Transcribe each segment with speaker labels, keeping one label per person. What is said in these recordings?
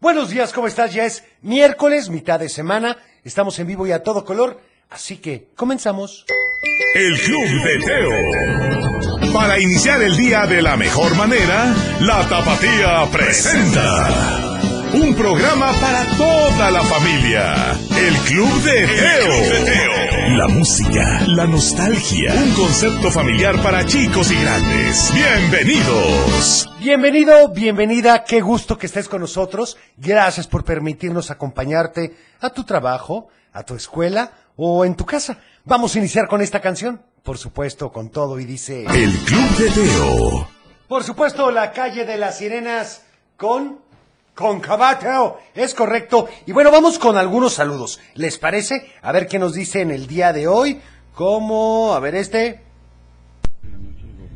Speaker 1: Buenos días, ¿cómo estás? Ya es miércoles, mitad de semana. Estamos en vivo y a todo color, así que comenzamos.
Speaker 2: El Club de Teo. Para iniciar el día de la mejor manera, la Tapatía presenta un programa para toda la familia. El Club de Teo. La música, la nostalgia, un concepto familiar para chicos y grandes. Bienvenidos.
Speaker 1: Bienvenido, bienvenida, qué gusto que estés con nosotros. Gracias por permitirnos acompañarte a tu trabajo, a tu escuela o en tu casa. Vamos a iniciar con esta canción, por supuesto, con todo y dice...
Speaker 2: El Club de Teo.
Speaker 1: Por supuesto, la calle de las sirenas con... Con Cabateo, es correcto. Y bueno, vamos con algunos saludos. ¿Les parece? A ver qué nos dicen el día de hoy. Como, a ver este.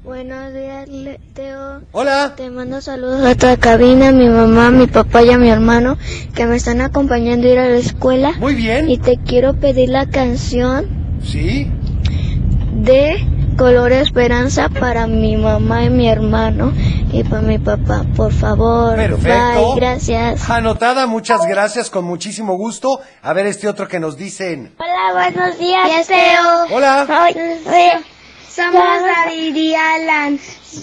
Speaker 3: Buenos días, Le- Teo.
Speaker 1: Hola.
Speaker 3: Te mando saludos a tu cabina, a mi mamá, a mi papá y a mi hermano que me están acompañando a ir a la escuela.
Speaker 1: Muy
Speaker 3: Y
Speaker 1: bien.
Speaker 3: te quiero pedir la canción
Speaker 1: Sí.
Speaker 3: de Color Esperanza para mi mamá y mi hermano y para mi papá, por favor.
Speaker 1: Perfecto.
Speaker 3: Bye, gracias.
Speaker 1: Anotada, muchas gracias, con muchísimo gusto. A ver este otro que nos dicen.
Speaker 4: Hola, buenos días, Teo.
Speaker 1: Hola.
Speaker 4: Hoy, eh, somos David y Alan.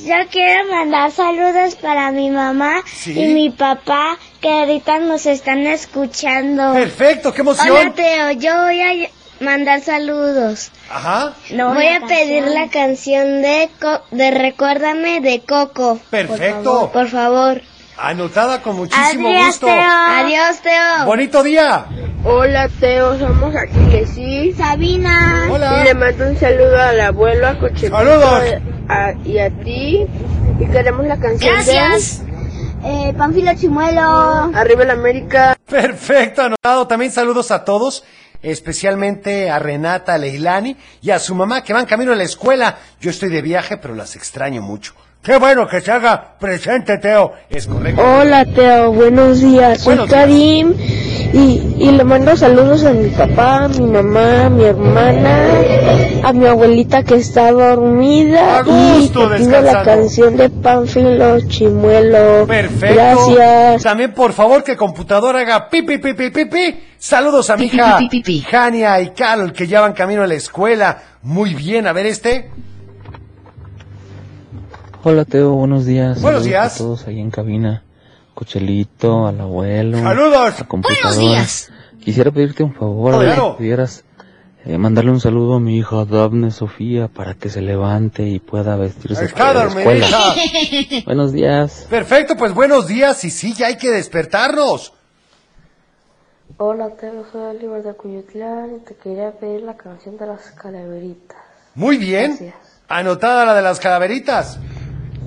Speaker 4: Yo quiero mandar saludos para mi mamá
Speaker 1: Sí.
Speaker 4: y mi papá que ahorita nos están escuchando.
Speaker 1: Perfecto, qué
Speaker 4: Hola,
Speaker 1: emoción.
Speaker 4: Teo. Yo voy a ll- mandar saludos.
Speaker 1: Ajá.
Speaker 4: voy a pedir la canción de Co- de Recuérdame de Coco.
Speaker 1: Perfecto.
Speaker 4: Por favor.
Speaker 1: Anotada con muchísimo gusto.
Speaker 4: Adiós, Teo.
Speaker 1: Bonito día.
Speaker 5: Hola Teo, somos aquí que sí.
Speaker 4: Sabina.
Speaker 5: Y le
Speaker 1: Hola.
Speaker 5: mando un saludo al abuelo, a Cochemito
Speaker 1: Saludos.
Speaker 5: a- y a ti. Y queremos la canción
Speaker 4: Eh, Panfilo Chimuelo.
Speaker 5: de Arriba la América.
Speaker 1: Perfecto, anotado. También saludos a todos, especialmente a Renata, a Leilani y a su mamá que van camino a la escuela. Yo estoy de viaje, pero las extraño mucho. Qué bueno que se haga presente, Teo. Es correcto.
Speaker 5: Hola Teo, buenos días.
Speaker 1: Soy Buenos días.
Speaker 5: Y, y le mando saludos a mi papá, a mi mamá, a mi hermana, a mi abuelita que está dormida.
Speaker 1: A gusto,
Speaker 5: y te pido
Speaker 1: descansando.
Speaker 5: la canción de Pánfilo Chimuelo.
Speaker 1: Perfecto.
Speaker 5: Gracias.
Speaker 1: También, por favor, que computadora haga pi, pi, pi, pi, pi, pi. Saludos a mi hija, Jania y Carol, que ya van camino a la escuela. Muy bien, a ver este.
Speaker 6: Hola Teo, buenos días.
Speaker 1: Buenos
Speaker 6: Saludos
Speaker 1: días.
Speaker 6: A todos ahí en cabina. Cochelito, al abuelo.
Speaker 1: Saludos. Oh,
Speaker 6: a computadora. Quisiera pedirte un favor, a ver
Speaker 1: Claro.
Speaker 6: si pudieras eh, mandarle un saludo a mi hija Daphne Sofía para que se levante y pueda vestirse
Speaker 1: Está
Speaker 6: para Pues la escuela.
Speaker 1: dormidita.
Speaker 6: Buenos días.
Speaker 1: Perfecto, pues buenos días y sí, ya hay que despertarnos.
Speaker 7: Hola, Teo, soy Oliver de Cuyutlán y te quería pedir la canción de las calaveritas.
Speaker 1: Muy bien.
Speaker 7: Gracias.
Speaker 1: Anotada la de las calaveritas.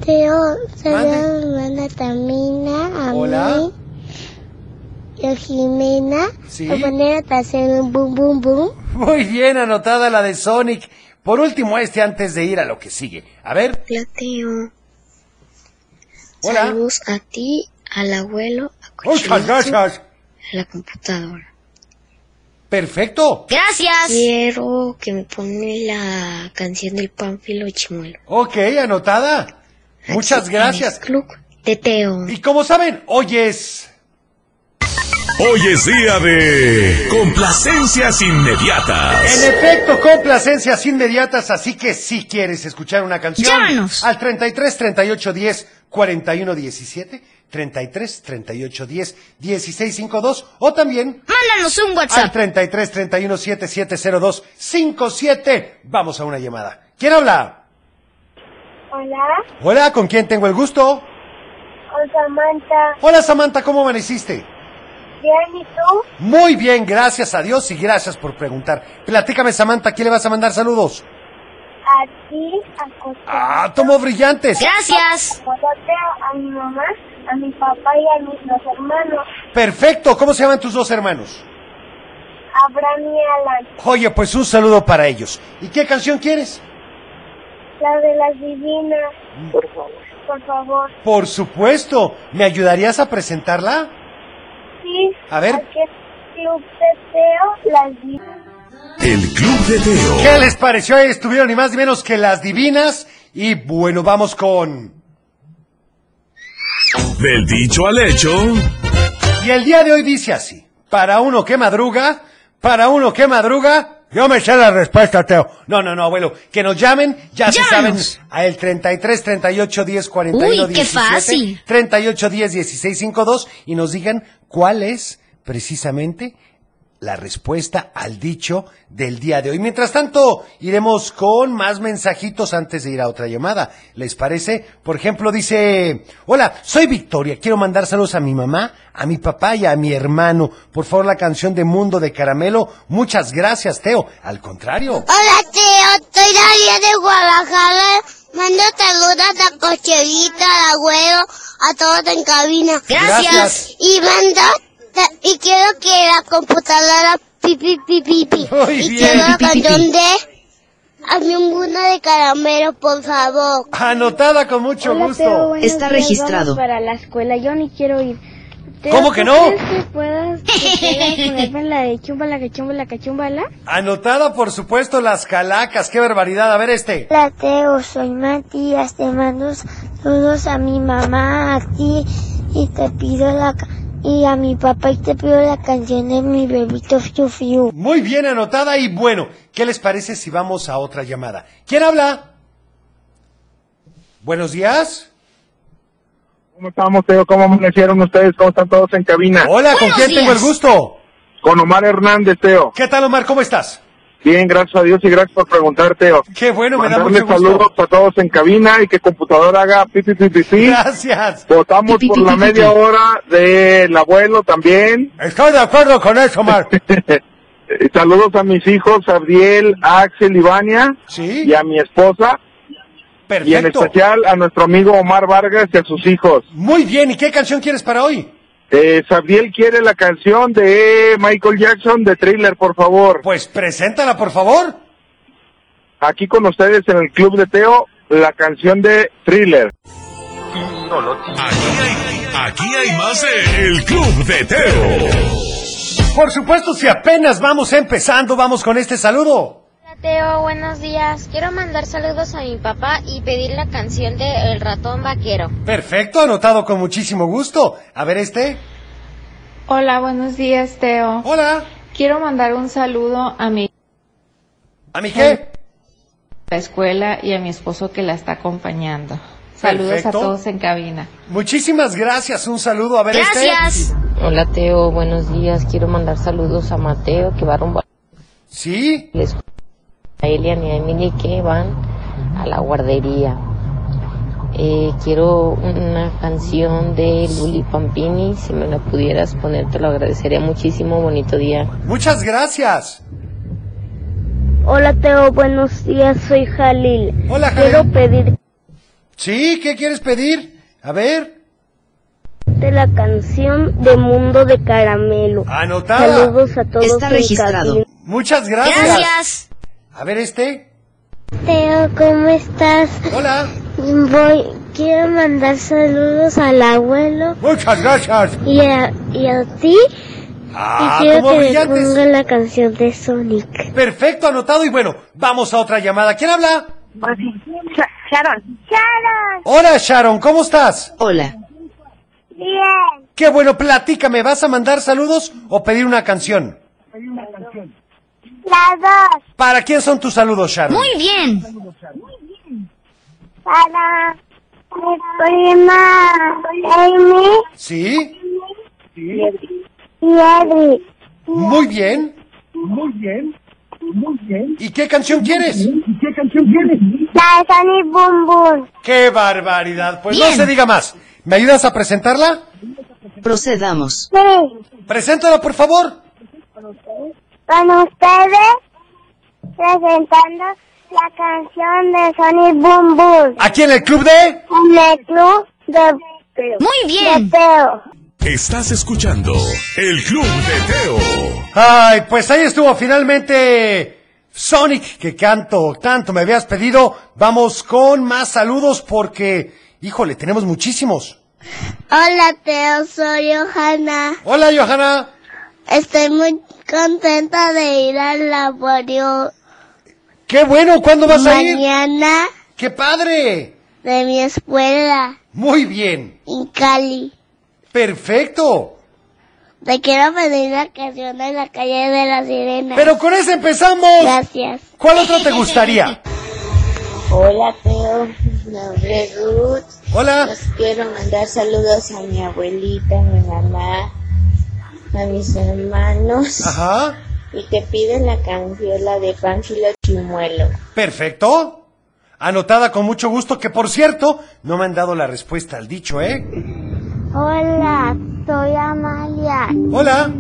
Speaker 3: Teo,
Speaker 1: Mande.
Speaker 3: saludos a mi hermana Tamina, a
Speaker 1: Hola.
Speaker 3: mí, y a Jimena,
Speaker 1: Sí.
Speaker 3: a manera de hacer un boom, boom, boom.
Speaker 1: Muy bien, anotada la de Sonic. Por último, este antes de ir a lo que sigue. A ver,
Speaker 3: Hola, Teo.
Speaker 1: hola.
Speaker 3: Saludos a ti, al abuelo, a
Speaker 1: Muchas gracias.
Speaker 3: la computadora.
Speaker 1: Perfecto.
Speaker 3: Quiero que me pone la canción del Pánfilo Chimuelo.
Speaker 1: Ok, anotada. Muchas gracias.
Speaker 3: Club de Teo.
Speaker 1: Y como saben, hoy es...
Speaker 2: Hoy es día de complacencias
Speaker 1: En
Speaker 2: inmediatas.
Speaker 1: efecto, complacencias inmediatas, así que si quieres escuchar una canción, al 33 38 10 41 17, 33 38 10 16 52 o también
Speaker 8: Mándanos un
Speaker 1: al
Speaker 8: WhatsApp.
Speaker 1: 33 31 7702 57. Vamos a una llamada. ¿Quién habla?
Speaker 4: Hola,
Speaker 1: Hola, ¿con quién tengo el gusto?
Speaker 4: soy Samantha.
Speaker 1: Hola Samantha, ¿cómo amaneciste?
Speaker 4: Bien, ¿y tú?
Speaker 1: Muy bien, gracias a Dios y gracias por preguntar. Platícame Samantha, ¿a quién le vas a mandar saludos?
Speaker 4: A ti, a Costa,
Speaker 1: Ah, tomó brillantes.
Speaker 8: Gracias.
Speaker 4: a mi mamá, a mi papá y a mis dos hermanos,
Speaker 1: Perfecto, ¿cómo se llaman tus dos hermanos?
Speaker 4: a Bran y Alan,
Speaker 1: Oye, pues un saludo para ellos. ¿Y qué canción quieres?
Speaker 4: la de las divinas. Mm. Por favor. Por favor.
Speaker 1: Por supuesto, ¿me ayudarías a presentarla?
Speaker 4: Sí.
Speaker 1: A ver.
Speaker 4: Aquí es Club Teteo, las divinas.
Speaker 2: El Club de Teo.
Speaker 1: ¿Qué les pareció? Ahí estuvieron ni más ni menos que las divinas. Y bueno, vamos con...
Speaker 2: Del dicho al hecho.
Speaker 1: Y el día de hoy dice así: para uno que madruga, para uno que madruga. Yo me sé la respuesta, Teo. No, no, no, abuelo. Que nos llamen, ya se saben,
Speaker 8: Llámanos.
Speaker 1: a el 33 38 10 41
Speaker 8: Uy, qué
Speaker 1: 17,
Speaker 8: fácil.
Speaker 1: 38 10 16 52 y nos digan cuál es precisamente la respuesta al dicho del día de hoy. Mientras tanto, iremos con más mensajitos antes de ir a otra llamada. ¿Les parece? Por ejemplo, dice, hola, soy Victoria, quiero mandar saludos a mi mamá, a mi papá y a mi hermano. Por favor, la canción de Mundo de Caramelo. Muchas gracias, Teo. Al contrario.
Speaker 4: Hola, Teo. Soy Daría de Guadalajara. Mando saludos a Cocherita, al abuelo, a todos en cabina.
Speaker 1: Gracias.
Speaker 4: Y mando, ta- y quiero que la computadora pipi pipi pipi.
Speaker 1: Muy
Speaker 4: y
Speaker 1: bien.
Speaker 4: quiero la
Speaker 8: Pi, pi, pi, pi.
Speaker 4: canción de Hazme un mundo de caramelo, por favor.
Speaker 1: Anotada con mucho gusto.
Speaker 8: Está registrado.
Speaker 5: para la escuela, yo ni quiero ir. Teo,
Speaker 1: ¿Cómo que
Speaker 5: ¿tú
Speaker 1: no?
Speaker 5: crees que puedas que ponerme la de chumbala, que chumbala, que chumbala?
Speaker 1: Anotada, por supuesto, las calacas. Qué barbaridad. A ver este.
Speaker 3: Hola Teo, soy Matías, te mando saludos a mi mamá, a ti y te pido la ca- y a mi papá y te pido la canción de mi bebito Fiu Fiu.
Speaker 1: Muy bien anotada y bueno, ¿qué les parece si vamos a otra llamada? ¿Quién habla? Buenos días.
Speaker 9: ¿Cómo estamos, Teo? ¿Cómo amanecieron ustedes? ¿Cómo están todos en cabina?
Speaker 1: Hola, ¿con
Speaker 8: Buenos
Speaker 1: quién tengo el
Speaker 8: días.
Speaker 1: gusto?
Speaker 9: Con Omar Hernández, Teo.
Speaker 1: ¿Qué tal, Omar? ¿Cómo estás?
Speaker 9: Bien, gracias a Dios y gracias por preguntar, Teo.
Speaker 1: Qué bueno, me da
Speaker 9: Mandarle
Speaker 1: mucho gusto.
Speaker 9: saludos a todos en cabina y que computadora haga pipi pipi pi.
Speaker 1: Gracias.
Speaker 9: Votamos
Speaker 8: Pi, pi,
Speaker 9: por
Speaker 8: pi,
Speaker 9: la
Speaker 8: pi,
Speaker 9: media
Speaker 8: pi.
Speaker 9: hora del abuelo también.
Speaker 1: Estoy de acuerdo con eso, Omar.
Speaker 9: Y saludos a mis hijos, Abdiel, Axel, Ivania
Speaker 1: Sí,
Speaker 9: y a mi esposa. Y en
Speaker 1: perfecto.
Speaker 9: especial a nuestro amigo Omar Vargas y a sus hijos.
Speaker 1: Muy bien, ¿y qué canción quieres para hoy?
Speaker 9: Eh, Sabdiel quiere la canción de Michael Jackson de Thriller, por favor.
Speaker 1: Pues preséntala, por favor.
Speaker 9: aquí con ustedes en el Club de Teo la canción de Thriller.
Speaker 2: Aquí hay, aquí hay más de El Club de Teo.
Speaker 1: Por supuesto, si apenas vamos empezando, vamos con este saludo.
Speaker 5: Hola Teo, buenos días. Quiero mandar saludos a mi papá y pedir la canción de El ratón vaquero.
Speaker 1: Perfecto, anotado con muchísimo gusto. A ver este.
Speaker 5: Hola, buenos días Teo.
Speaker 1: Hola.
Speaker 5: Quiero mandar un saludo a mi
Speaker 1: ¿A mi qué?
Speaker 5: la escuela y a mi esposo que la está acompañando.
Speaker 1: Saludos a Perfecto. todos
Speaker 5: en cabina.
Speaker 1: Muchísimas gracias, un saludo. A ver este.
Speaker 8: Gracias.
Speaker 7: Hola Teo, buenos días. Quiero mandar saludos a Mateo que va rumbo a
Speaker 1: Sí,
Speaker 7: la escuela, a Elian y a Emily que van a la guardería. Eh, quiero una canción de Luli Pampini, si me la pudieras poner te lo agradecería muchísimo. Bonito día.
Speaker 1: muchas gracias.
Speaker 3: Hola Teo, buenos días, soy Jalil.
Speaker 1: Hola,
Speaker 3: Quiero
Speaker 1: Javier.
Speaker 3: pedirte
Speaker 1: Sí, ¿qué quieres pedir? A ver,
Speaker 3: la canción de Mundo de Caramelo.
Speaker 1: anotada.
Speaker 3: Saludos a todos
Speaker 8: Está
Speaker 3: en
Speaker 8: registrado.
Speaker 3: cabina.
Speaker 1: Muchas Ah, gracias.
Speaker 8: Gracias.
Speaker 1: A ver este.
Speaker 3: Teo, ¿cómo estás?
Speaker 1: Hola.
Speaker 3: Voy, quiero mandar saludos al abuelo
Speaker 1: Muchas gracias.
Speaker 3: y a, y a ti.
Speaker 1: Ah,
Speaker 3: y quiero
Speaker 1: como
Speaker 3: que me
Speaker 1: brillantes.
Speaker 3: ponga la canción de Sonic.
Speaker 1: Perfecto, anotado y bueno, vamos a otra llamada. ¿Quién habla?
Speaker 4: Pues Sharon. Sharon.
Speaker 1: Hola, Sharon, ¿cómo estás?
Speaker 8: Hola.
Speaker 4: Bien.
Speaker 1: Qué bueno, platícame, ¿vas a mandar saludos o pedir una canción?
Speaker 4: Las dos.
Speaker 1: ¿Para quién son tus saludos, Sharon?
Speaker 8: Muy bien.
Speaker 4: Para mi prima Amy
Speaker 1: ¿Sí?
Speaker 4: y Edri.
Speaker 1: Muy bien. Muy bien. Muy bien. ¿Y qué canción quieres?
Speaker 4: La de Sonic Boom Boom.
Speaker 1: ¡Qué barbaridad! Pues no
Speaker 8: Bien.
Speaker 1: se diga más. ¿Me ayudas a presentarla?
Speaker 8: Procedamos.
Speaker 4: Sí.
Speaker 1: Preséntala, por favor.
Speaker 4: Con ustedes presentando la canción de Sonic Boom Boom.
Speaker 1: Aquí en el club de...
Speaker 4: En el club de,
Speaker 8: Muy
Speaker 4: de
Speaker 8: bien.
Speaker 4: Teo.
Speaker 2: Estás escuchando El Club de Teo.
Speaker 1: Ay, pues ahí estuvo finalmente Sonic, que canto, tanto me habías pedido. Vamos con más saludos porque, híjole, tenemos muchísimos.
Speaker 3: Hola Teo, soy Johanna.
Speaker 1: Hola, Johanna.
Speaker 3: Estoy muy contenta de ir al laboratorio
Speaker 1: Qué bueno, ¿cuándo vas a ir?
Speaker 3: mañana
Speaker 1: ¡Qué padre!
Speaker 3: de mi escuela
Speaker 1: Muy bien.
Speaker 3: en Cali.
Speaker 1: Perfecto.
Speaker 3: Te quiero pedir la canción de la calle de la sirena.
Speaker 1: Pero con esa empezamos.
Speaker 3: Gracias.
Speaker 1: ¿Cuál otro te gustaría?
Speaker 10: Hola, Teo. Mi nombre es Ruth.
Speaker 1: Hola.
Speaker 10: Les quiero mandar saludos a mi abuelita, a mi mamá, a mis hermanos.
Speaker 1: Ah. Ajá.
Speaker 10: Y te pido la canción de Pánfilo Chimuelo.
Speaker 1: Perfecto. Anotada con mucho gusto, que por cierto, no me han dado la respuesta al dicho, ¿eh?
Speaker 3: Hola, soy Amalia.
Speaker 1: Hola.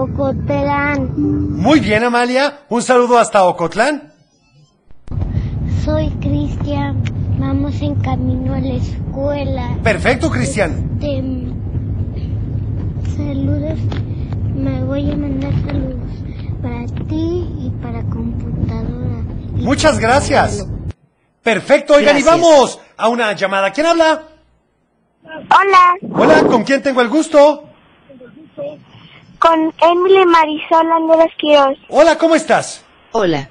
Speaker 3: Ocotlán.
Speaker 1: Muy bien, Amalia. Un saludo hasta Ocotlán.
Speaker 3: Soy Cristian. Vamos en camino a la escuela.
Speaker 1: Perfecto, Cristian.
Speaker 3: Te... Saludos. Me voy a mandar saludos para ti y para computadora.
Speaker 1: Muchas gracias. Perfecto, oigan, y
Speaker 8: Gracias.
Speaker 1: vamos a una llamada. ¿Quién habla?
Speaker 3: Hola,
Speaker 1: Hola, ¿con quién tengo el gusto?
Speaker 3: con Emily Marisol Andrés Quiroz.
Speaker 1: Hola, ¿cómo estás?
Speaker 8: Hola.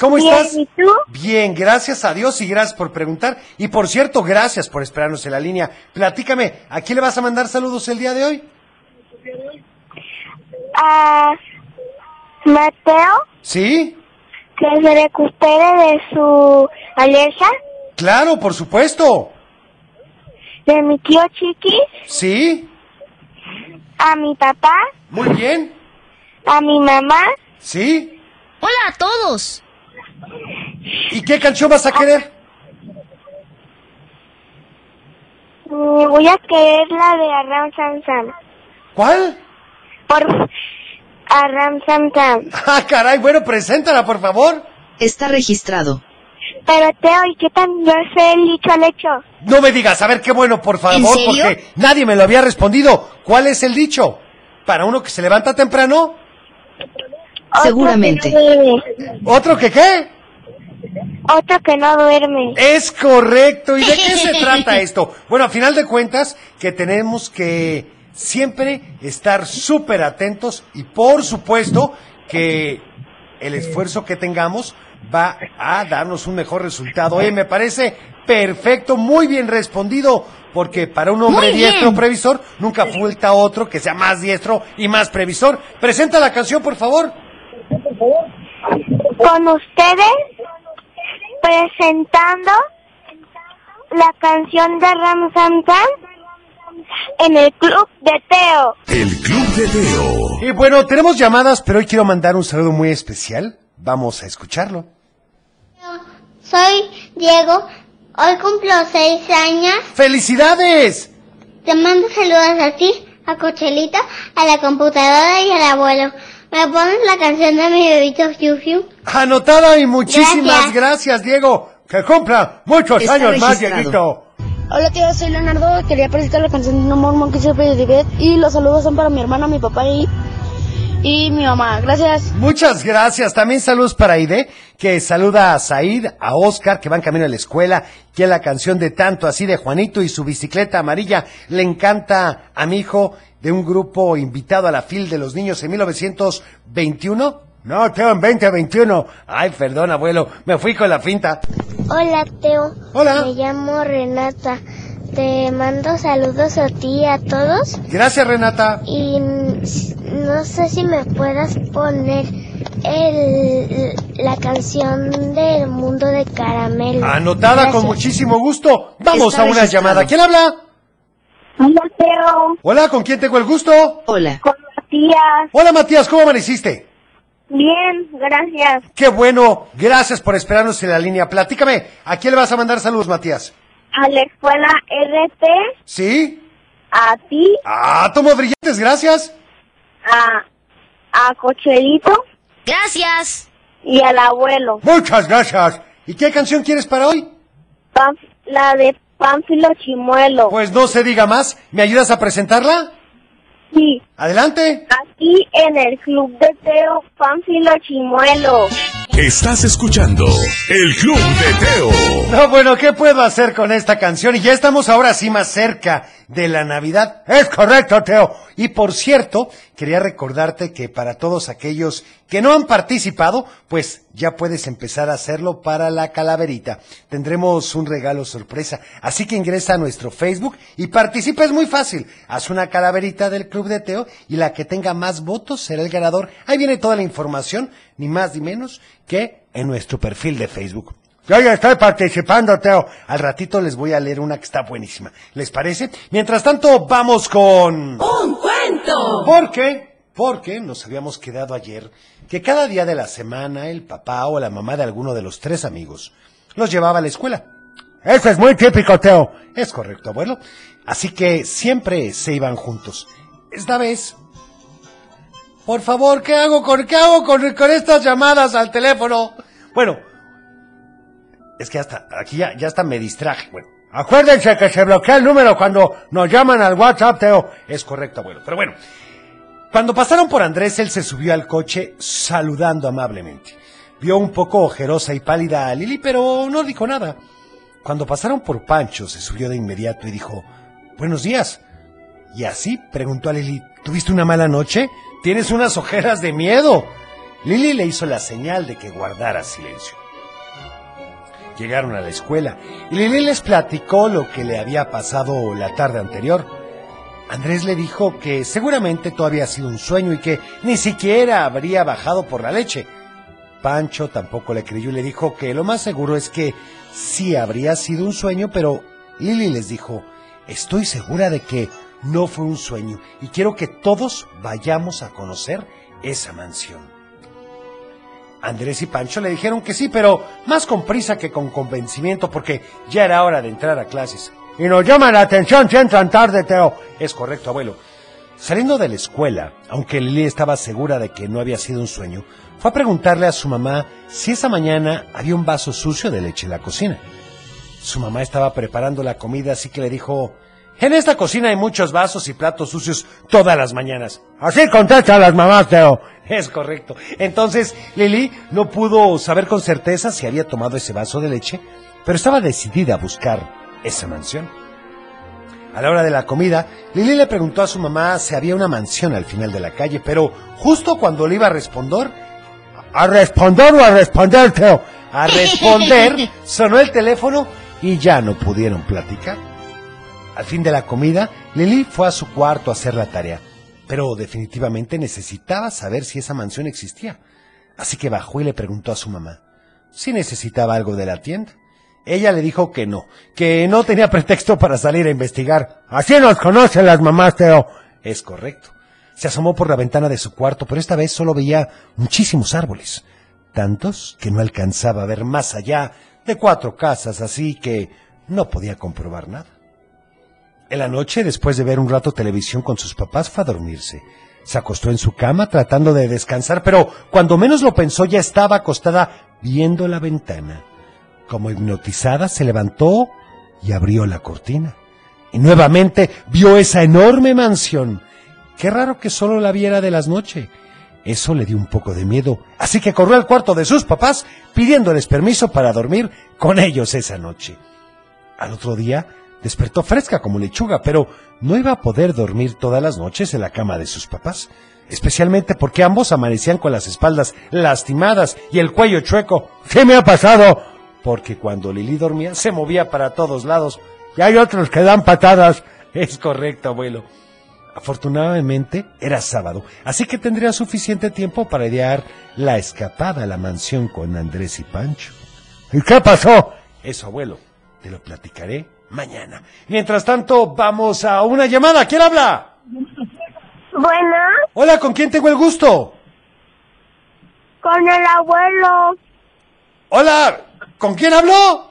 Speaker 1: ¿Cómo
Speaker 3: Bien,
Speaker 1: estás?
Speaker 3: ¿y tú?
Speaker 1: Bien, gracias a Dios y gracias por preguntar. Y por cierto, gracias por esperarnos en la línea. Platícame, ¿a quién le vas a mandar saludos el día de hoy?
Speaker 3: A Mateo,
Speaker 1: ¿Sí?
Speaker 3: que se recupere de su alergia,
Speaker 1: Claro, por supuesto.
Speaker 3: de mi tío Chiquis,
Speaker 1: ¿Sí?
Speaker 3: a mi papá,
Speaker 1: Muy bien.
Speaker 3: a mi mamá,
Speaker 1: ¿Sí?
Speaker 8: Hola a todos.
Speaker 1: ¿Y qué canción vas a querer?
Speaker 3: Mm, voy a querer la de Aram Sam Sam.
Speaker 1: ¿Cuál?
Speaker 3: Por Aram Sam Sam.
Speaker 1: Ah, caray, bueno, preséntala, por favor.
Speaker 8: Está registrado.
Speaker 3: Pero Teo, ¿y qué tan grueso es el dicho al hecho?
Speaker 1: No me digas, a ver qué bueno, por favor,
Speaker 8: serio?
Speaker 1: porque nadie me lo había respondido. ¿Cuál es el dicho? Para uno que se levanta temprano,
Speaker 3: Otro
Speaker 8: Seguramente.
Speaker 3: Que no duerme.
Speaker 1: otro que qué?
Speaker 3: Otro que no duerme.
Speaker 1: Es correcto. ¿Y de qué se trata esto? Bueno, a final de cuentas, que tenemos que siempre estar súper atentos y por supuesto que el esfuerzo que tengamos va a darnos un mejor resultado. Oye, me parece perfecto, muy bien respondido, porque para un hombre diestro previsor nunca falta otro que sea más diestro y más previsor. Presenta la canción, por favor.
Speaker 3: Con ustedes, presentando la canción de Ram Sam Sam en el club de Teo.
Speaker 2: El Club de Teo.
Speaker 1: Y Eh, bueno, tenemos llamadas, pero hoy quiero mandar un saludo muy especial. Vamos a escucharlo.
Speaker 4: Soy Diego, hoy cumplo seis años.
Speaker 1: ¡Felicidades!
Speaker 4: Te mando saludos a ti, a Cochelita, a la computadora y al abuelo. ¿Me pones la canción de mi bebito Fiu Fiu?
Speaker 1: Anotada y muchísimas gracias,
Speaker 4: Gracias.
Speaker 1: Diego. Que cumpla muchos
Speaker 8: Está
Speaker 1: años más,
Speaker 8: registrado.
Speaker 1: Dieguito.
Speaker 5: Hola tío, soy Leonardo, quería presentar la canción No More Monkey de Tibet y los saludos son para mi hermana, mi papá y, y mi mamá. Gracias.
Speaker 1: Muchas gracias. También saludos para Aide, que saluda a Said, a Oscar, que van camino a la escuela, que la canción de tanto así de Juanito y su bicicleta amarilla le encanta a mi hijo de un grupo invitado a la FIL de los niños en 1921. No, Teo, en 2021. Ay, perdón, abuelo, me fui con la finta.
Speaker 3: Hola, Teo.
Speaker 1: Hola.
Speaker 3: Me llamo Renata. Te mando saludos a ti y a todos.
Speaker 1: Gracias, Renata.
Speaker 3: Y mm, s- no sé si me puedas poner el, la canción del mundo de caramelo.
Speaker 1: Anotada con muchísimo gusto. Vamos
Speaker 8: Está
Speaker 1: a una
Speaker 8: registrado.
Speaker 1: llamada. ¿Quién habla?
Speaker 3: Hola, Teo.
Speaker 1: Hola, ¿con quién tengo el gusto?
Speaker 8: Hola.
Speaker 3: Con Matías.
Speaker 1: Hola Matías, ¿cómo amaneciste?
Speaker 3: Bien, gracias.
Speaker 1: Qué bueno, gracias por esperarnos en la línea. Platícame, ¿a quién le vas a mandar saludos, Matías?
Speaker 3: A la escuela RT,
Speaker 1: ¿Sí?
Speaker 3: a ti,
Speaker 1: Ah, tomo brillantes, gracias.
Speaker 3: a, a Cochelito
Speaker 8: Gracias.
Speaker 3: y al abuelo.
Speaker 1: Muchas gracias. ¿Y qué canción quieres para hoy?
Speaker 3: Pan- la de Pánfilo Chimuelo.
Speaker 1: Pues no se diga más, ¿me ayudas a presentarla?
Speaker 3: Sí.
Speaker 1: Adelante.
Speaker 3: Aquí en el Club de Teo, Pánfilo Chimuelo.
Speaker 2: Estás escuchando El Club de Teo.
Speaker 1: No, bueno, ¿qué puedo hacer con esta canción? Y ya estamos ahora sí más cerca de la Navidad. Es correcto, Teo. Y por cierto, quería recordarte que para todos aquellos que no han participado, pues ya puedes empezar a hacerlo para la calaverita. Tendremos un regalo sorpresa, así que ingresa a nuestro Facebook y participa, es muy fácil. Haz una calaverita del Club de Teo y la que tenga más votos será el ganador. Ahí viene toda la información, ni más ni menos que en nuestro perfil de Facebook. Yo ya estoy participando, Teo. Al ratito les voy a leer una que está buenísima. ¿Les parece? Mientras tanto, vamos con...
Speaker 11: ¡Un cuento!
Speaker 1: ¿Por qué? Porque nos habíamos quedado ayer que cada día de la semana el papá o la mamá de alguno de los tres amigos los llevaba a la escuela. Eso es muy típico, Teo. Es correcto, abuelo. Así que siempre se iban juntos. Esta vez... Por favor, ¿qué hago con, qué hago con, con estas llamadas al teléfono? Bueno, es que hasta, aquí ya, ya hasta me distraje, bueno. Acuérdense que se bloquea el número cuando nos llaman al WhatsApp, Teo. Es correcto, abuelo. Pero bueno, cuando pasaron por Andrés, él se subió al coche saludando amablemente. Vio un poco ojerosa y pálida a Lili, pero no dijo nada. Cuando pasaron por Pancho, se subió de inmediato y dijo, Buenos días. Y así preguntó a Lili, ¿tuviste una mala noche? Tienes unas ojeras de miedo. Lili le hizo la señal de que guardara silencio. Llegaron a la escuela y Lili les platicó lo que le había pasado la tarde anterior. Andrés le dijo que seguramente todo había sido un sueño y que ni siquiera habría bajado por la leche. Pancho tampoco le creyó y le dijo que lo más seguro es que sí habría sido un sueño, pero Lili les dijo, estoy segura de que no fue un sueño y quiero que todos vayamos a conocer esa mansión. Andrés y Pancho le dijeron que sí, pero más con prisa que con convencimiento, porque ya era hora de entrar a clases. Y nos llama la atención si entran tarde, Teo. Es correcto, abuelo. Saliendo de la escuela, aunque Lili estaba segura de que no había sido un sueño, fue a preguntarle a su mamá si esa mañana había un vaso sucio de leche en la cocina. Su mamá estaba preparando la comida, así que le dijo, en esta cocina hay muchos vasos y platos sucios todas las mañanas. Así contesta a las mamás, Teo. Es correcto. Entonces, Lili no pudo saber con certeza si había tomado ese vaso de leche, pero estaba decidida a buscar esa mansión. A la hora de la comida, Lili le preguntó a su mamá si había una mansión al final de la calle, pero justo cuando le iba a responder, a responder o a responder, Teo, a responder, sonó el teléfono y ya no pudieron platicar. Al fin de la comida, Lili fue a su cuarto a hacer la tarea, pero definitivamente necesitaba saber si esa mansión existía. Así que bajó y le preguntó a su mamá si necesitaba algo de la tienda. Ella le dijo que no, que no tenía pretexto para salir a investigar. Así nos conocen las mamás, Teo. Es correcto. Se asomó por la ventana de su cuarto, pero esta vez solo veía muchísimos árboles. Tantos que no alcanzaba a ver más allá de cuatro casas, así que no podía comprobar nada. En la noche, después de ver un rato televisión con sus papás, fue a dormirse. Se acostó en su cama tratando de descansar, pero cuando menos lo pensó ya estaba acostada viendo la ventana. Como hipnotizada, se levantó y abrió la cortina. Y nuevamente vio esa enorme mansión. Qué raro que solo la viera de las noches. Eso le dio un poco de miedo, así que corrió al cuarto de sus papás pidiéndoles permiso para dormir con ellos esa noche. Al otro día, despertó fresca como lechuga, pero no iba a poder dormir todas las noches en la cama de sus papás, especialmente porque ambos amanecían con las espaldas lastimadas y el cuello chueco. ¿Qué me ha pasado? Porque cuando Lili dormía se movía para todos lados y hay otros que dan patadas. Es correcto, abuelo. Afortunadamente era sábado, así que tendría suficiente tiempo para idear la escapada a la mansión con Andrés y Pancho. ¿Y qué pasó? Eso, abuelo, te lo platicaré mañana. Mientras tanto, vamos a una llamada. ¿Quién habla?
Speaker 12: Bueno.
Speaker 1: Hola, ¿con quién tengo el gusto?
Speaker 12: Con el abuelo.
Speaker 1: Hola, ¿con quién habló?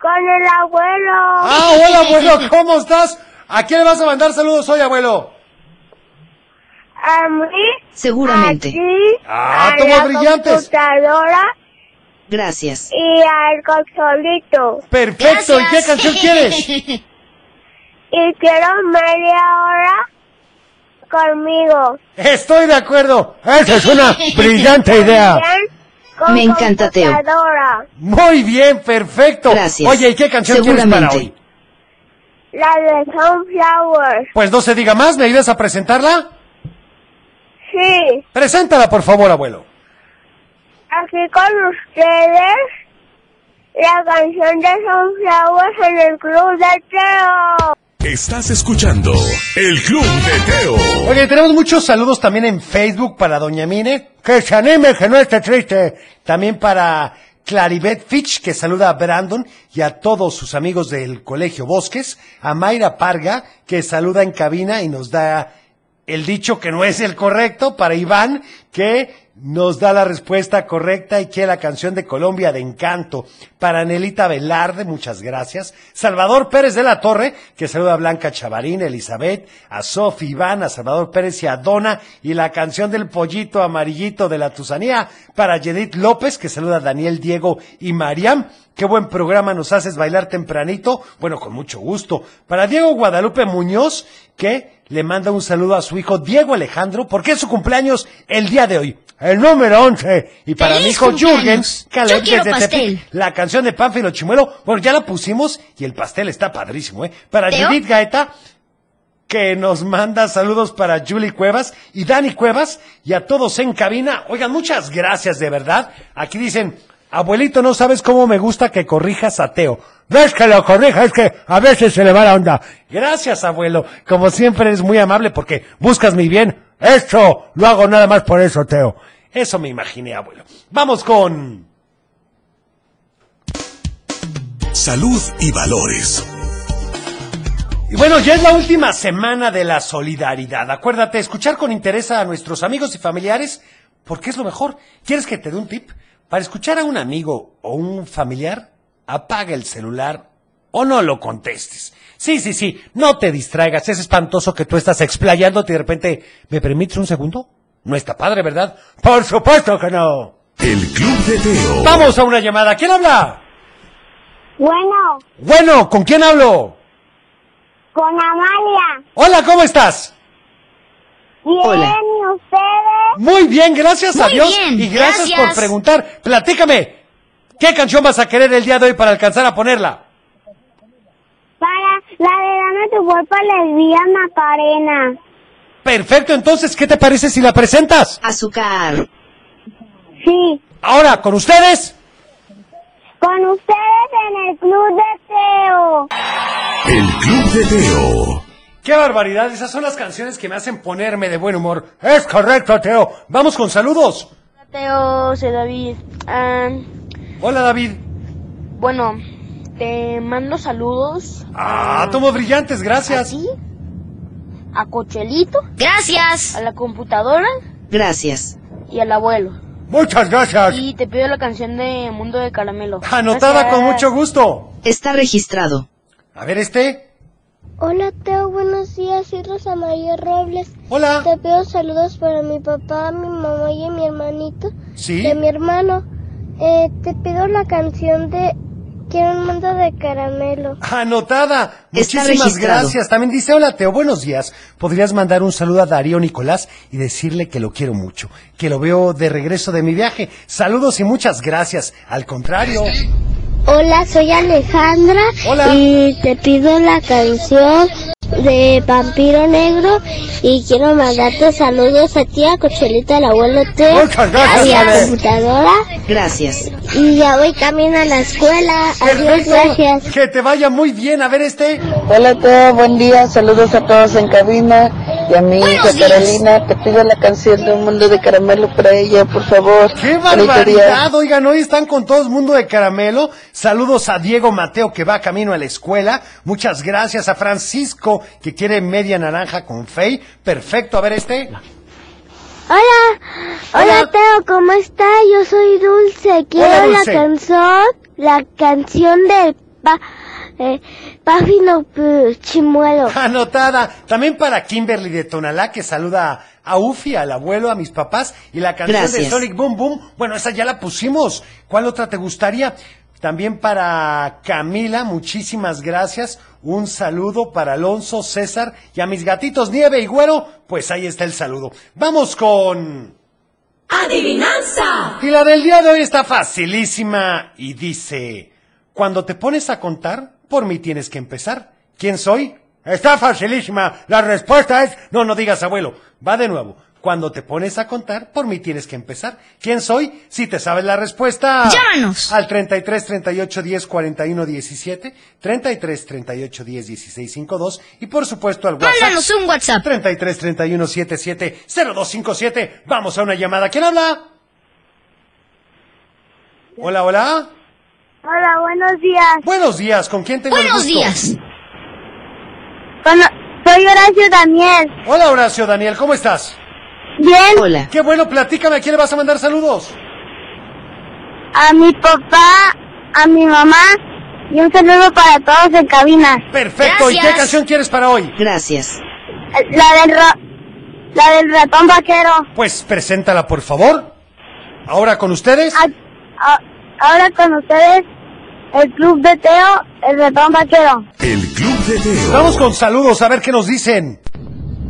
Speaker 12: Con el abuelo.
Speaker 1: Ah, hola, abuelo, ¿cómo estás? ¿A quién le vas a mandar saludos hoy, abuelo?
Speaker 12: A mí.
Speaker 11: Seguramente.
Speaker 12: A ti,
Speaker 1: Ah,
Speaker 12: a
Speaker 1: toma
Speaker 12: la
Speaker 1: brillantes.
Speaker 12: computadora
Speaker 11: Gracias.
Speaker 12: y al consolito.
Speaker 1: Perfecto, ¿y qué canción quieres?
Speaker 12: Y quiero media hora conmigo.
Speaker 1: Estoy de acuerdo. Esa es una brillante idea.
Speaker 12: Bien, con
Speaker 11: Me encanta, Teo.
Speaker 12: computadora.
Speaker 1: Muy bien, perfecto.
Speaker 11: Gracias.
Speaker 1: Oye, ¿y qué canción quieres para
Speaker 11: Seguramente.
Speaker 1: hoy?
Speaker 12: La de Sunflower.
Speaker 1: Pues no se diga más, ¿me ayudas a presentarla?
Speaker 12: Sí.
Speaker 1: Preséntala, por favor, abuelo.
Speaker 12: aquí con ustedes la canción de Sunflowers en el Club de Teo.
Speaker 2: Estás escuchando el Club de Teo.
Speaker 1: Oye, tenemos muchos saludos también en Facebook para Doña Mine, que se anime, que no esté triste. También para Claribet Fitch, que saluda a Brandon y a todos sus amigos del Colegio Bosques. A Mayra Parga, que saluda en cabina y nos da el dicho que no es el correcto. Para Iván, que nos da la respuesta correcta y que la canción de Colombia de Encanto. Para Anelita Velarde, muchas gracias. Salvador Pérez de la Torre, que saluda a Blanca Chavarín, Elizabeth, a Sofi Iván, a Salvador Pérez y a Donna. Y la canción del pollito amarillito de la Tusanía. Para Yedith López, que saluda a Daniel, Diego y Mariam. Qué buen programa nos haces bailar tempranito. Bueno, con mucho gusto. Para Diego Guadalupe Muñoz, que le manda un saludo a su hijo Diego Alejandro, porque es su cumpleaños el día de hoy el número 11. Y para mi
Speaker 8: ¡Feliz
Speaker 1: hijo Jürgen,
Speaker 8: cumpleaños!
Speaker 1: Caleb
Speaker 8: Yo quiero
Speaker 1: desde Tepic,
Speaker 8: pastel.
Speaker 1: la canción de Pánfilo Chimuelo, bueno, ya la pusimos y el pastel está padrísimo, ¿eh? Para
Speaker 8: ¿Teo?
Speaker 1: Judith Gaeta, que nos manda saludos para Julie Cuevas y Dani Cuevas y a todos en cabina. Oigan, muchas gracias, de verdad. Aquí dicen, abuelito, no sabes cómo me gusta que corrijas a Teo. No es que lo corrija, es que a veces se le va la onda. Gracias, abuelo. Como siempre eres muy amable porque buscas mi bien. Esto lo hago nada más por eso, Teo. Eso me imaginé, abuelo. Vamos con...
Speaker 2: Salud y valores.
Speaker 1: Y bueno, ya es la última semana de la solidaridad. Acuérdate, escuchar con interés a nuestros amigos y familiares, porque es lo mejor. ¿Quieres que te dé un tip? Para escuchar a un amigo o un familiar, apaga el celular o no lo contestes. Sí, sí, sí, no te distraigas. Es espantoso que tú estás explayándote y de repente, ¿me permites un segundo? No está padre, ¿verdad? Por supuesto que no.
Speaker 2: El Club de Teo.
Speaker 1: Vamos a una llamada. ¿Quién habla?
Speaker 12: Bueno,
Speaker 1: Bueno, ¿con quién hablo?
Speaker 12: con Amalia.
Speaker 1: Hola, ¿cómo estás?
Speaker 12: Bien,
Speaker 1: Hola.
Speaker 12: ¿y ustedes?
Speaker 1: Muy bien, gracias a
Speaker 12: Muy
Speaker 1: Dios
Speaker 12: bien,
Speaker 1: y gracias, por
Speaker 12: gracias.
Speaker 1: preguntar. Platícame, ¿qué canción vas a querer el día de hoy para alcanzar a ponerla?
Speaker 12: Para la de Dame tu cuerpo lesbiana, Macarena.
Speaker 1: Perfecto, entonces, ¿qué te parece si la presentas?
Speaker 11: Azúcar.
Speaker 12: Sí,
Speaker 1: Ahora, con ustedes,
Speaker 12: con ustedes en el Club de Teo.
Speaker 2: El Club de Teo.
Speaker 1: qué barbaridad, esas son las canciones que me hacen ponerme de buen humor. Es correcto, Teo. Vamos con saludos.
Speaker 13: Teo, soy David. Ah,
Speaker 1: Hola, David.
Speaker 13: bueno, te mando saludos
Speaker 1: Ah, tomo brillantes,
Speaker 12: ¿Ah,
Speaker 1: gracias.
Speaker 13: a Cochelito. Gracias. A la computadora
Speaker 11: Gracias.
Speaker 13: y al abuelo.
Speaker 1: Muchas gracias.
Speaker 13: Y te pido la canción de Mundo de Caramelo.
Speaker 1: Anotada con mucho gusto.
Speaker 11: Está registrado.
Speaker 1: A ver este.
Speaker 3: Hola Teo, buenos días, soy Rosa María Robles.
Speaker 1: Hola.
Speaker 3: Te pido saludos para mi papá, mi mamá y mi hermanito.
Speaker 1: Sí.
Speaker 3: De mi hermano. Eh, te pido la canción de Quiero un mundo de caramelo.
Speaker 1: Anotada.
Speaker 3: Está
Speaker 1: Muchísimas
Speaker 3: registrado.
Speaker 1: gracias. También dice, hola Teo, buenos días. ¿Podrías mandar un saludo a Darío Nicolás y decirle que lo quiero mucho, que lo veo de regreso de mi viaje? Saludos y muchas gracias. Al contrario.
Speaker 3: Hola, soy Alejandra y te pido la canción de Vampiro Negro y quiero mandarte saludos a ti, a Cochelita, al abuelo Teo,
Speaker 11: Muchas gracias,
Speaker 3: a la
Speaker 11: Ale.
Speaker 3: computadora
Speaker 11: Gracias.
Speaker 3: y ya voy camino a la escuela. Adiós, gracias.
Speaker 1: Que te vaya muy bien. A ver este.
Speaker 14: Hola Teo, buen día, saludos a todos en cabina y a mi hija
Speaker 1: días.
Speaker 14: Carolina, te pido la canción de Un Mundo de Caramelo para ella, por favor.
Speaker 1: ¡Qué barbaridad! Oigan, hoy están con todo el mundo de caramelo. Saludos a Diego Mateo que va camino a la escuela. Muchas gracias a Francisco que quiere media naranja con Fey. Perfecto. A ver este.
Speaker 12: Hola, hola Teo, ¿cómo está? Yo soy Dulce, quiero
Speaker 1: Hola, Dulce.
Speaker 12: la canción, la canción del pa, eh, Páfino P- Chimuelo.
Speaker 1: Anotada. También para Kimberly de Tonalá, que saluda a Ufi, al abuelo, a mis papás. Y la canción de
Speaker 11: Gracias.
Speaker 1: Sonic Boom Boom. Bueno, esa ya la pusimos. ¿Cuál otra te gustaría? También para Camila, muchísimas gracias. Un saludo para Alonso, César y a mis gatitos Nieve y Güero. Pues ahí está el saludo. Vamos con...
Speaker 11: Adivinanza.
Speaker 1: Y la del día de hoy está facilísima y dice, cuando te pones a contar, por mí tienes que empezar. ¿Quién soy? Está facilísima. La respuesta es, no, no digas abuelo. Va de nuevo. Cuando te pones a contar, por mí tienes que empezar. ¿Quién soy? Si te sabes la respuesta.
Speaker 8: Llámanos.
Speaker 1: Al 33 38 10 41 17, 33 38 10 16 52 y por supuesto al WhatsApp.
Speaker 8: Mándanos un WhatsApp.
Speaker 1: 33 31 77 0257. Vamos a una llamada. ¿Quién habla? Hola, hola.
Speaker 12: Hola, buenos días.
Speaker 1: Buenos días. ¿Con quién tengo el
Speaker 12: Buenos
Speaker 1: gusto?
Speaker 12: días. soy Horacio Daniel.
Speaker 1: Hola, Horacio Daniel. ¿Cómo estás?
Speaker 12: Bien.
Speaker 11: Hola.
Speaker 1: Qué bueno, platícame. ¿A quién le vas a mandar saludos?
Speaker 12: A mi papá, a mi mamá y un saludo para todos en cabina.
Speaker 1: Perfecto. ¿Y qué canción quieres para hoy?
Speaker 11: Gracias.
Speaker 12: La del, ra- la del ratón vaquero.
Speaker 1: Pues preséntala, por favor. Ahora con ustedes.
Speaker 12: A- ahora con ustedes, el club de Teo, el ratón vaquero.
Speaker 2: El Club de Teo.
Speaker 1: Vamos con saludos a ver qué nos dicen.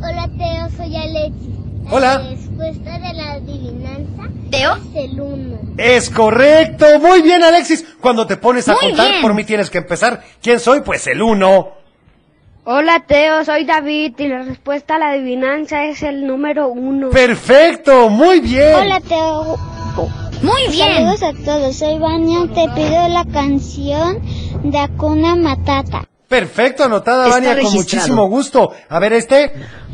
Speaker 3: Hola Teo, soy Alexis. Eh,
Speaker 1: Hola.
Speaker 3: respuesta de la adivinanza
Speaker 8: ¿Teo?
Speaker 3: es el 1.
Speaker 1: Es correcto. Muy bien, Alexis. Cuando te pones a
Speaker 3: Muy
Speaker 1: contar,
Speaker 3: bien.
Speaker 1: por mí tienes que empezar. ¿Quién soy? Pues el uno.
Speaker 15: Hola Teo, soy David y la respuesta a la adivinanza es el número uno.
Speaker 1: Perfecto. Muy bien.
Speaker 3: Hola Teo.
Speaker 8: Muy bien.
Speaker 3: Saludos a todos, soy Vania, te pido la canción de Akuna Matata.
Speaker 1: Perfecto, anotada,
Speaker 3: Está
Speaker 1: Vania, con
Speaker 3: registrado.
Speaker 1: muchísimo gusto. A ver, este.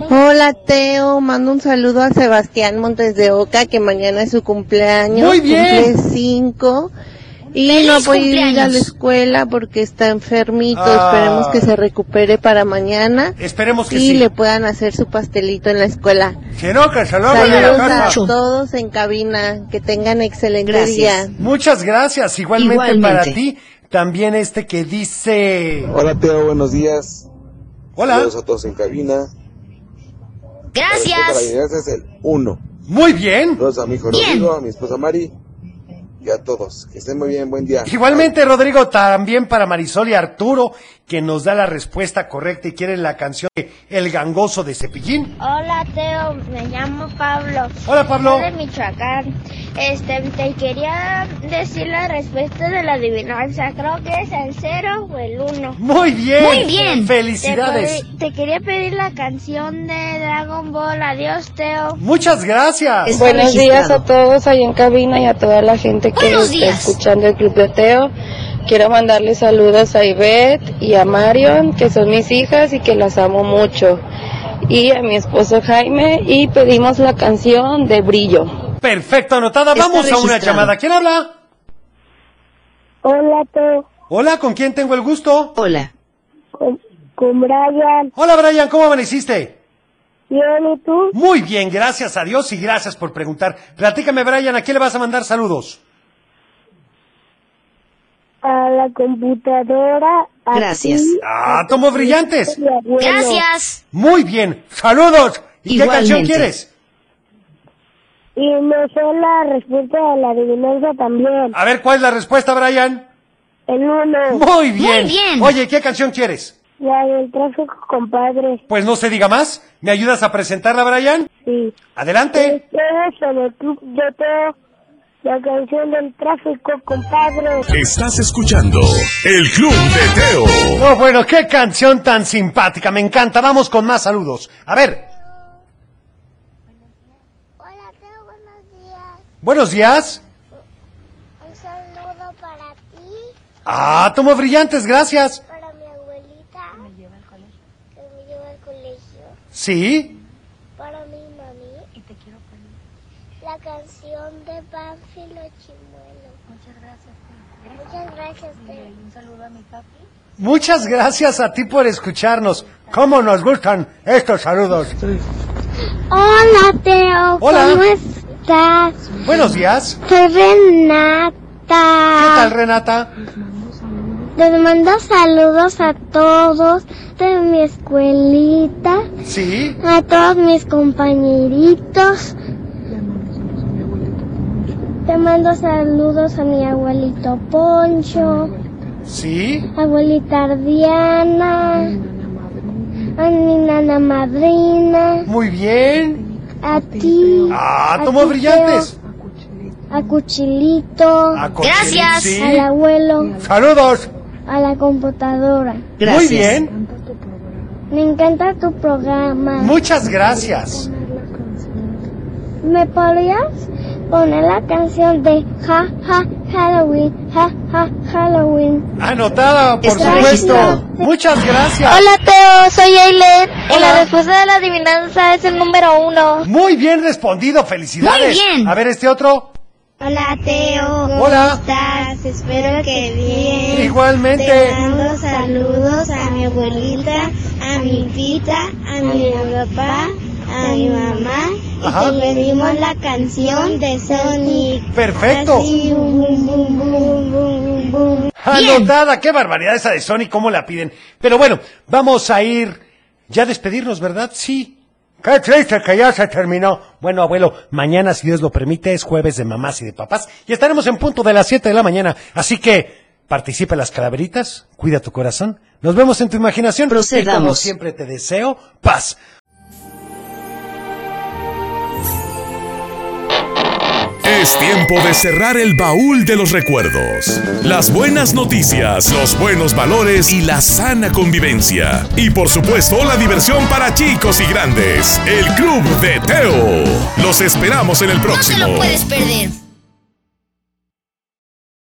Speaker 14: Hola Teo, mando un saludo a Sebastián Montes de Oca que mañana es su cumpleaños.
Speaker 1: Muy bien.
Speaker 14: Cumple cinco. Y
Speaker 8: ¡Feliz
Speaker 14: no ha podido ir a
Speaker 8: cumpleaños!
Speaker 14: la escuela porque está enfermito.
Speaker 1: Ah.
Speaker 14: Esperemos que se recupere para mañana.
Speaker 1: Esperemos que
Speaker 14: y
Speaker 1: sí.
Speaker 14: le puedan hacer su pastelito en la escuela.
Speaker 1: Que no, que se lo hagan en la
Speaker 14: Saludos
Speaker 1: casa.
Speaker 14: a todos en cabina. Que tengan excelente día.
Speaker 1: Muchas gracias. Igualmente,
Speaker 14: Igualmente.
Speaker 1: para ti. También este que dice.
Speaker 16: Hola Teo, buenos días.
Speaker 1: Hola.
Speaker 16: Saludos a todos en cabina. La
Speaker 8: Gracias.
Speaker 16: adivinanza es el 1.
Speaker 1: Muy bien.
Speaker 16: Saludos a mi hijo Rodrigo, a mi esposa Mari y a todos. Que estén muy bien, buen día.
Speaker 1: Igualmente, Rodrigo, también para Marisol y Arturo, que nos da la respuesta correcta y quieren la canción de El gangoso de Cepillín.
Speaker 3: Hola Teo, me llamo Pablo.
Speaker 1: Hola, Pablo.
Speaker 3: Soy de Michoacán. Este, te quería decir la respuesta de la adivinanza. Creo que es el cero o el uno.
Speaker 1: Muy bien. Muy bien. Felicidades.
Speaker 3: Te, pedi- te quería pedir la canción de Dragon Ball. Adiós Teo.
Speaker 1: Muchas gracias.
Speaker 5: Buenos días a todos ahí en cabina y a toda la gente que
Speaker 3: Buenos
Speaker 5: está
Speaker 3: días.
Speaker 5: escuchando el Club de Teo. Quiero mandarle saludos a Ivette y a Marion, que son mis hijas y que las amo mucho. Y a mi esposo Jaime y pedimos la canción de Brillo.
Speaker 1: Perfecto, anotada.
Speaker 5: Está
Speaker 1: Vamos a una
Speaker 5: registrado.
Speaker 1: llamada. ¿Quién habla?
Speaker 12: Hola Teo,
Speaker 1: Hola, ¿con quién tengo el gusto?
Speaker 11: Hola.
Speaker 12: con, con Brian.
Speaker 1: Hola, Brian, ¿cómo amaneciste?
Speaker 12: Bien, ¿y tú?
Speaker 1: Muy bien, gracias a Dios y gracias por preguntar. Platícame, Brian, ¿a quién le vas a mandar saludos?
Speaker 12: A la computadora. a
Speaker 11: Gracias.
Speaker 12: ti,
Speaker 1: Ah, tomo brillantes.
Speaker 12: y a mi abuelo.
Speaker 8: Gracias.
Speaker 1: Muy bien, saludos. ¿Y qué canción
Speaker 11: Igualmente.
Speaker 1: quieres?
Speaker 12: Y me sé la respuesta de la adivinanza también.
Speaker 1: A ver, ¿cuál es la respuesta, Brian?
Speaker 12: El uno.
Speaker 1: Muy bien.
Speaker 12: Muy bien.
Speaker 1: Oye, ¿qué canción quieres?
Speaker 12: La del tráfico, compadre.
Speaker 1: Pues no se diga más. ¿Me ayudas a presentarla, Brian?
Speaker 12: Sí.
Speaker 1: Adelante.
Speaker 12: Ustedes en el club de Teo. La canción del tráfico, compadre.
Speaker 2: Estás escuchando El Club de Teo.
Speaker 1: No, Oh, bueno, qué canción tan simpática. Me encanta. Vamos con más saludos. A ver.
Speaker 3: Hola Teo, buenos días.
Speaker 1: Buenos días.
Speaker 3: Un saludo para ti,
Speaker 1: Ah, tomo brillantes, gracias.
Speaker 3: para mi abuelita. Que me lleva al colegio.
Speaker 1: Sí.
Speaker 3: Para mi mami. Y te quiero La canción de Pánfilo Chimuelo. Muchas gracias. Muchas gracias, Teo. Un saludo a mi papi.
Speaker 1: Muchas gracias a ti por escucharnos. ¿Cómo nos gustan estos saludos?
Speaker 3: Hola, Teo.
Speaker 1: Hola.
Speaker 3: ¿Cómo estás?
Speaker 1: Buenos días.
Speaker 3: Soy Renata.
Speaker 1: ¿Qué tal, Renata?
Speaker 3: Les mando saludos a todos de mi escuelita,
Speaker 1: Sí.
Speaker 3: a todos mis compañeritos. Te mando saludos a mi abuelito Poncho,
Speaker 1: Sí.
Speaker 3: abuelita Diana, a mi nana madrina,
Speaker 1: Muy bien.
Speaker 3: a ti,
Speaker 1: Ah,
Speaker 3: A
Speaker 1: tomo
Speaker 3: ti,
Speaker 1: brillantes.
Speaker 3: a Cuchilito,
Speaker 1: A Cuchilito, Gracias. sí.
Speaker 3: al abuelo,
Speaker 1: Saludos.
Speaker 3: a la computadora.
Speaker 1: Muy bien.
Speaker 3: Me encanta tu programa.
Speaker 1: Muchas gracias.
Speaker 3: ¿Me podrías poner la canción de Ja Ja Halloween? Ja Ja Halloween.
Speaker 1: Anotada, por
Speaker 3: Está
Speaker 1: supuesto.
Speaker 3: registrado.
Speaker 1: Muchas gracias.
Speaker 3: Hola Teo, soy Aileen. Y
Speaker 1: Hola.
Speaker 3: la respuesta de la adivinanza es el número uno.
Speaker 1: Muy bien respondido, felicidades.
Speaker 3: Muy bien.
Speaker 1: A ver este otro.
Speaker 3: Hola Teo.
Speaker 1: Hola.
Speaker 3: estás? Espero que bien.
Speaker 1: Igualmente.
Speaker 3: Te mando saludos a mi abuelita, a mi tita, a mi papá, a mi mamá.
Speaker 1: Ajá.
Speaker 3: Y te pedimos la canción de Sonic.
Speaker 1: Perfecto.
Speaker 3: Así, bum, bum, bum, bum, bum, bum, bum.
Speaker 1: Anotada, qué barbaridad esa de Sony, cómo la piden. Pero bueno, vamos a ir ya a despedirnos, ¿verdad? Sí. Qué triste que ya se terminó. Bueno, abuelo, mañana, si Dios lo permite, es jueves de mamás y de papás y estaremos en punto de las 7 de la mañana. Así que participa en las calaveritas, cuida tu corazón. Nos vemos en tu imaginación.
Speaker 11: Procedamos.
Speaker 1: Y como siempre te deseo paz.
Speaker 2: Es tiempo de cerrar el baúl de los recuerdos. Las buenas noticias, los buenos valores y la sana convivencia. Y por supuesto, la diversión para chicos y grandes. El Club de Teo. Los esperamos en el próximo.
Speaker 8: No te lo puedes perder.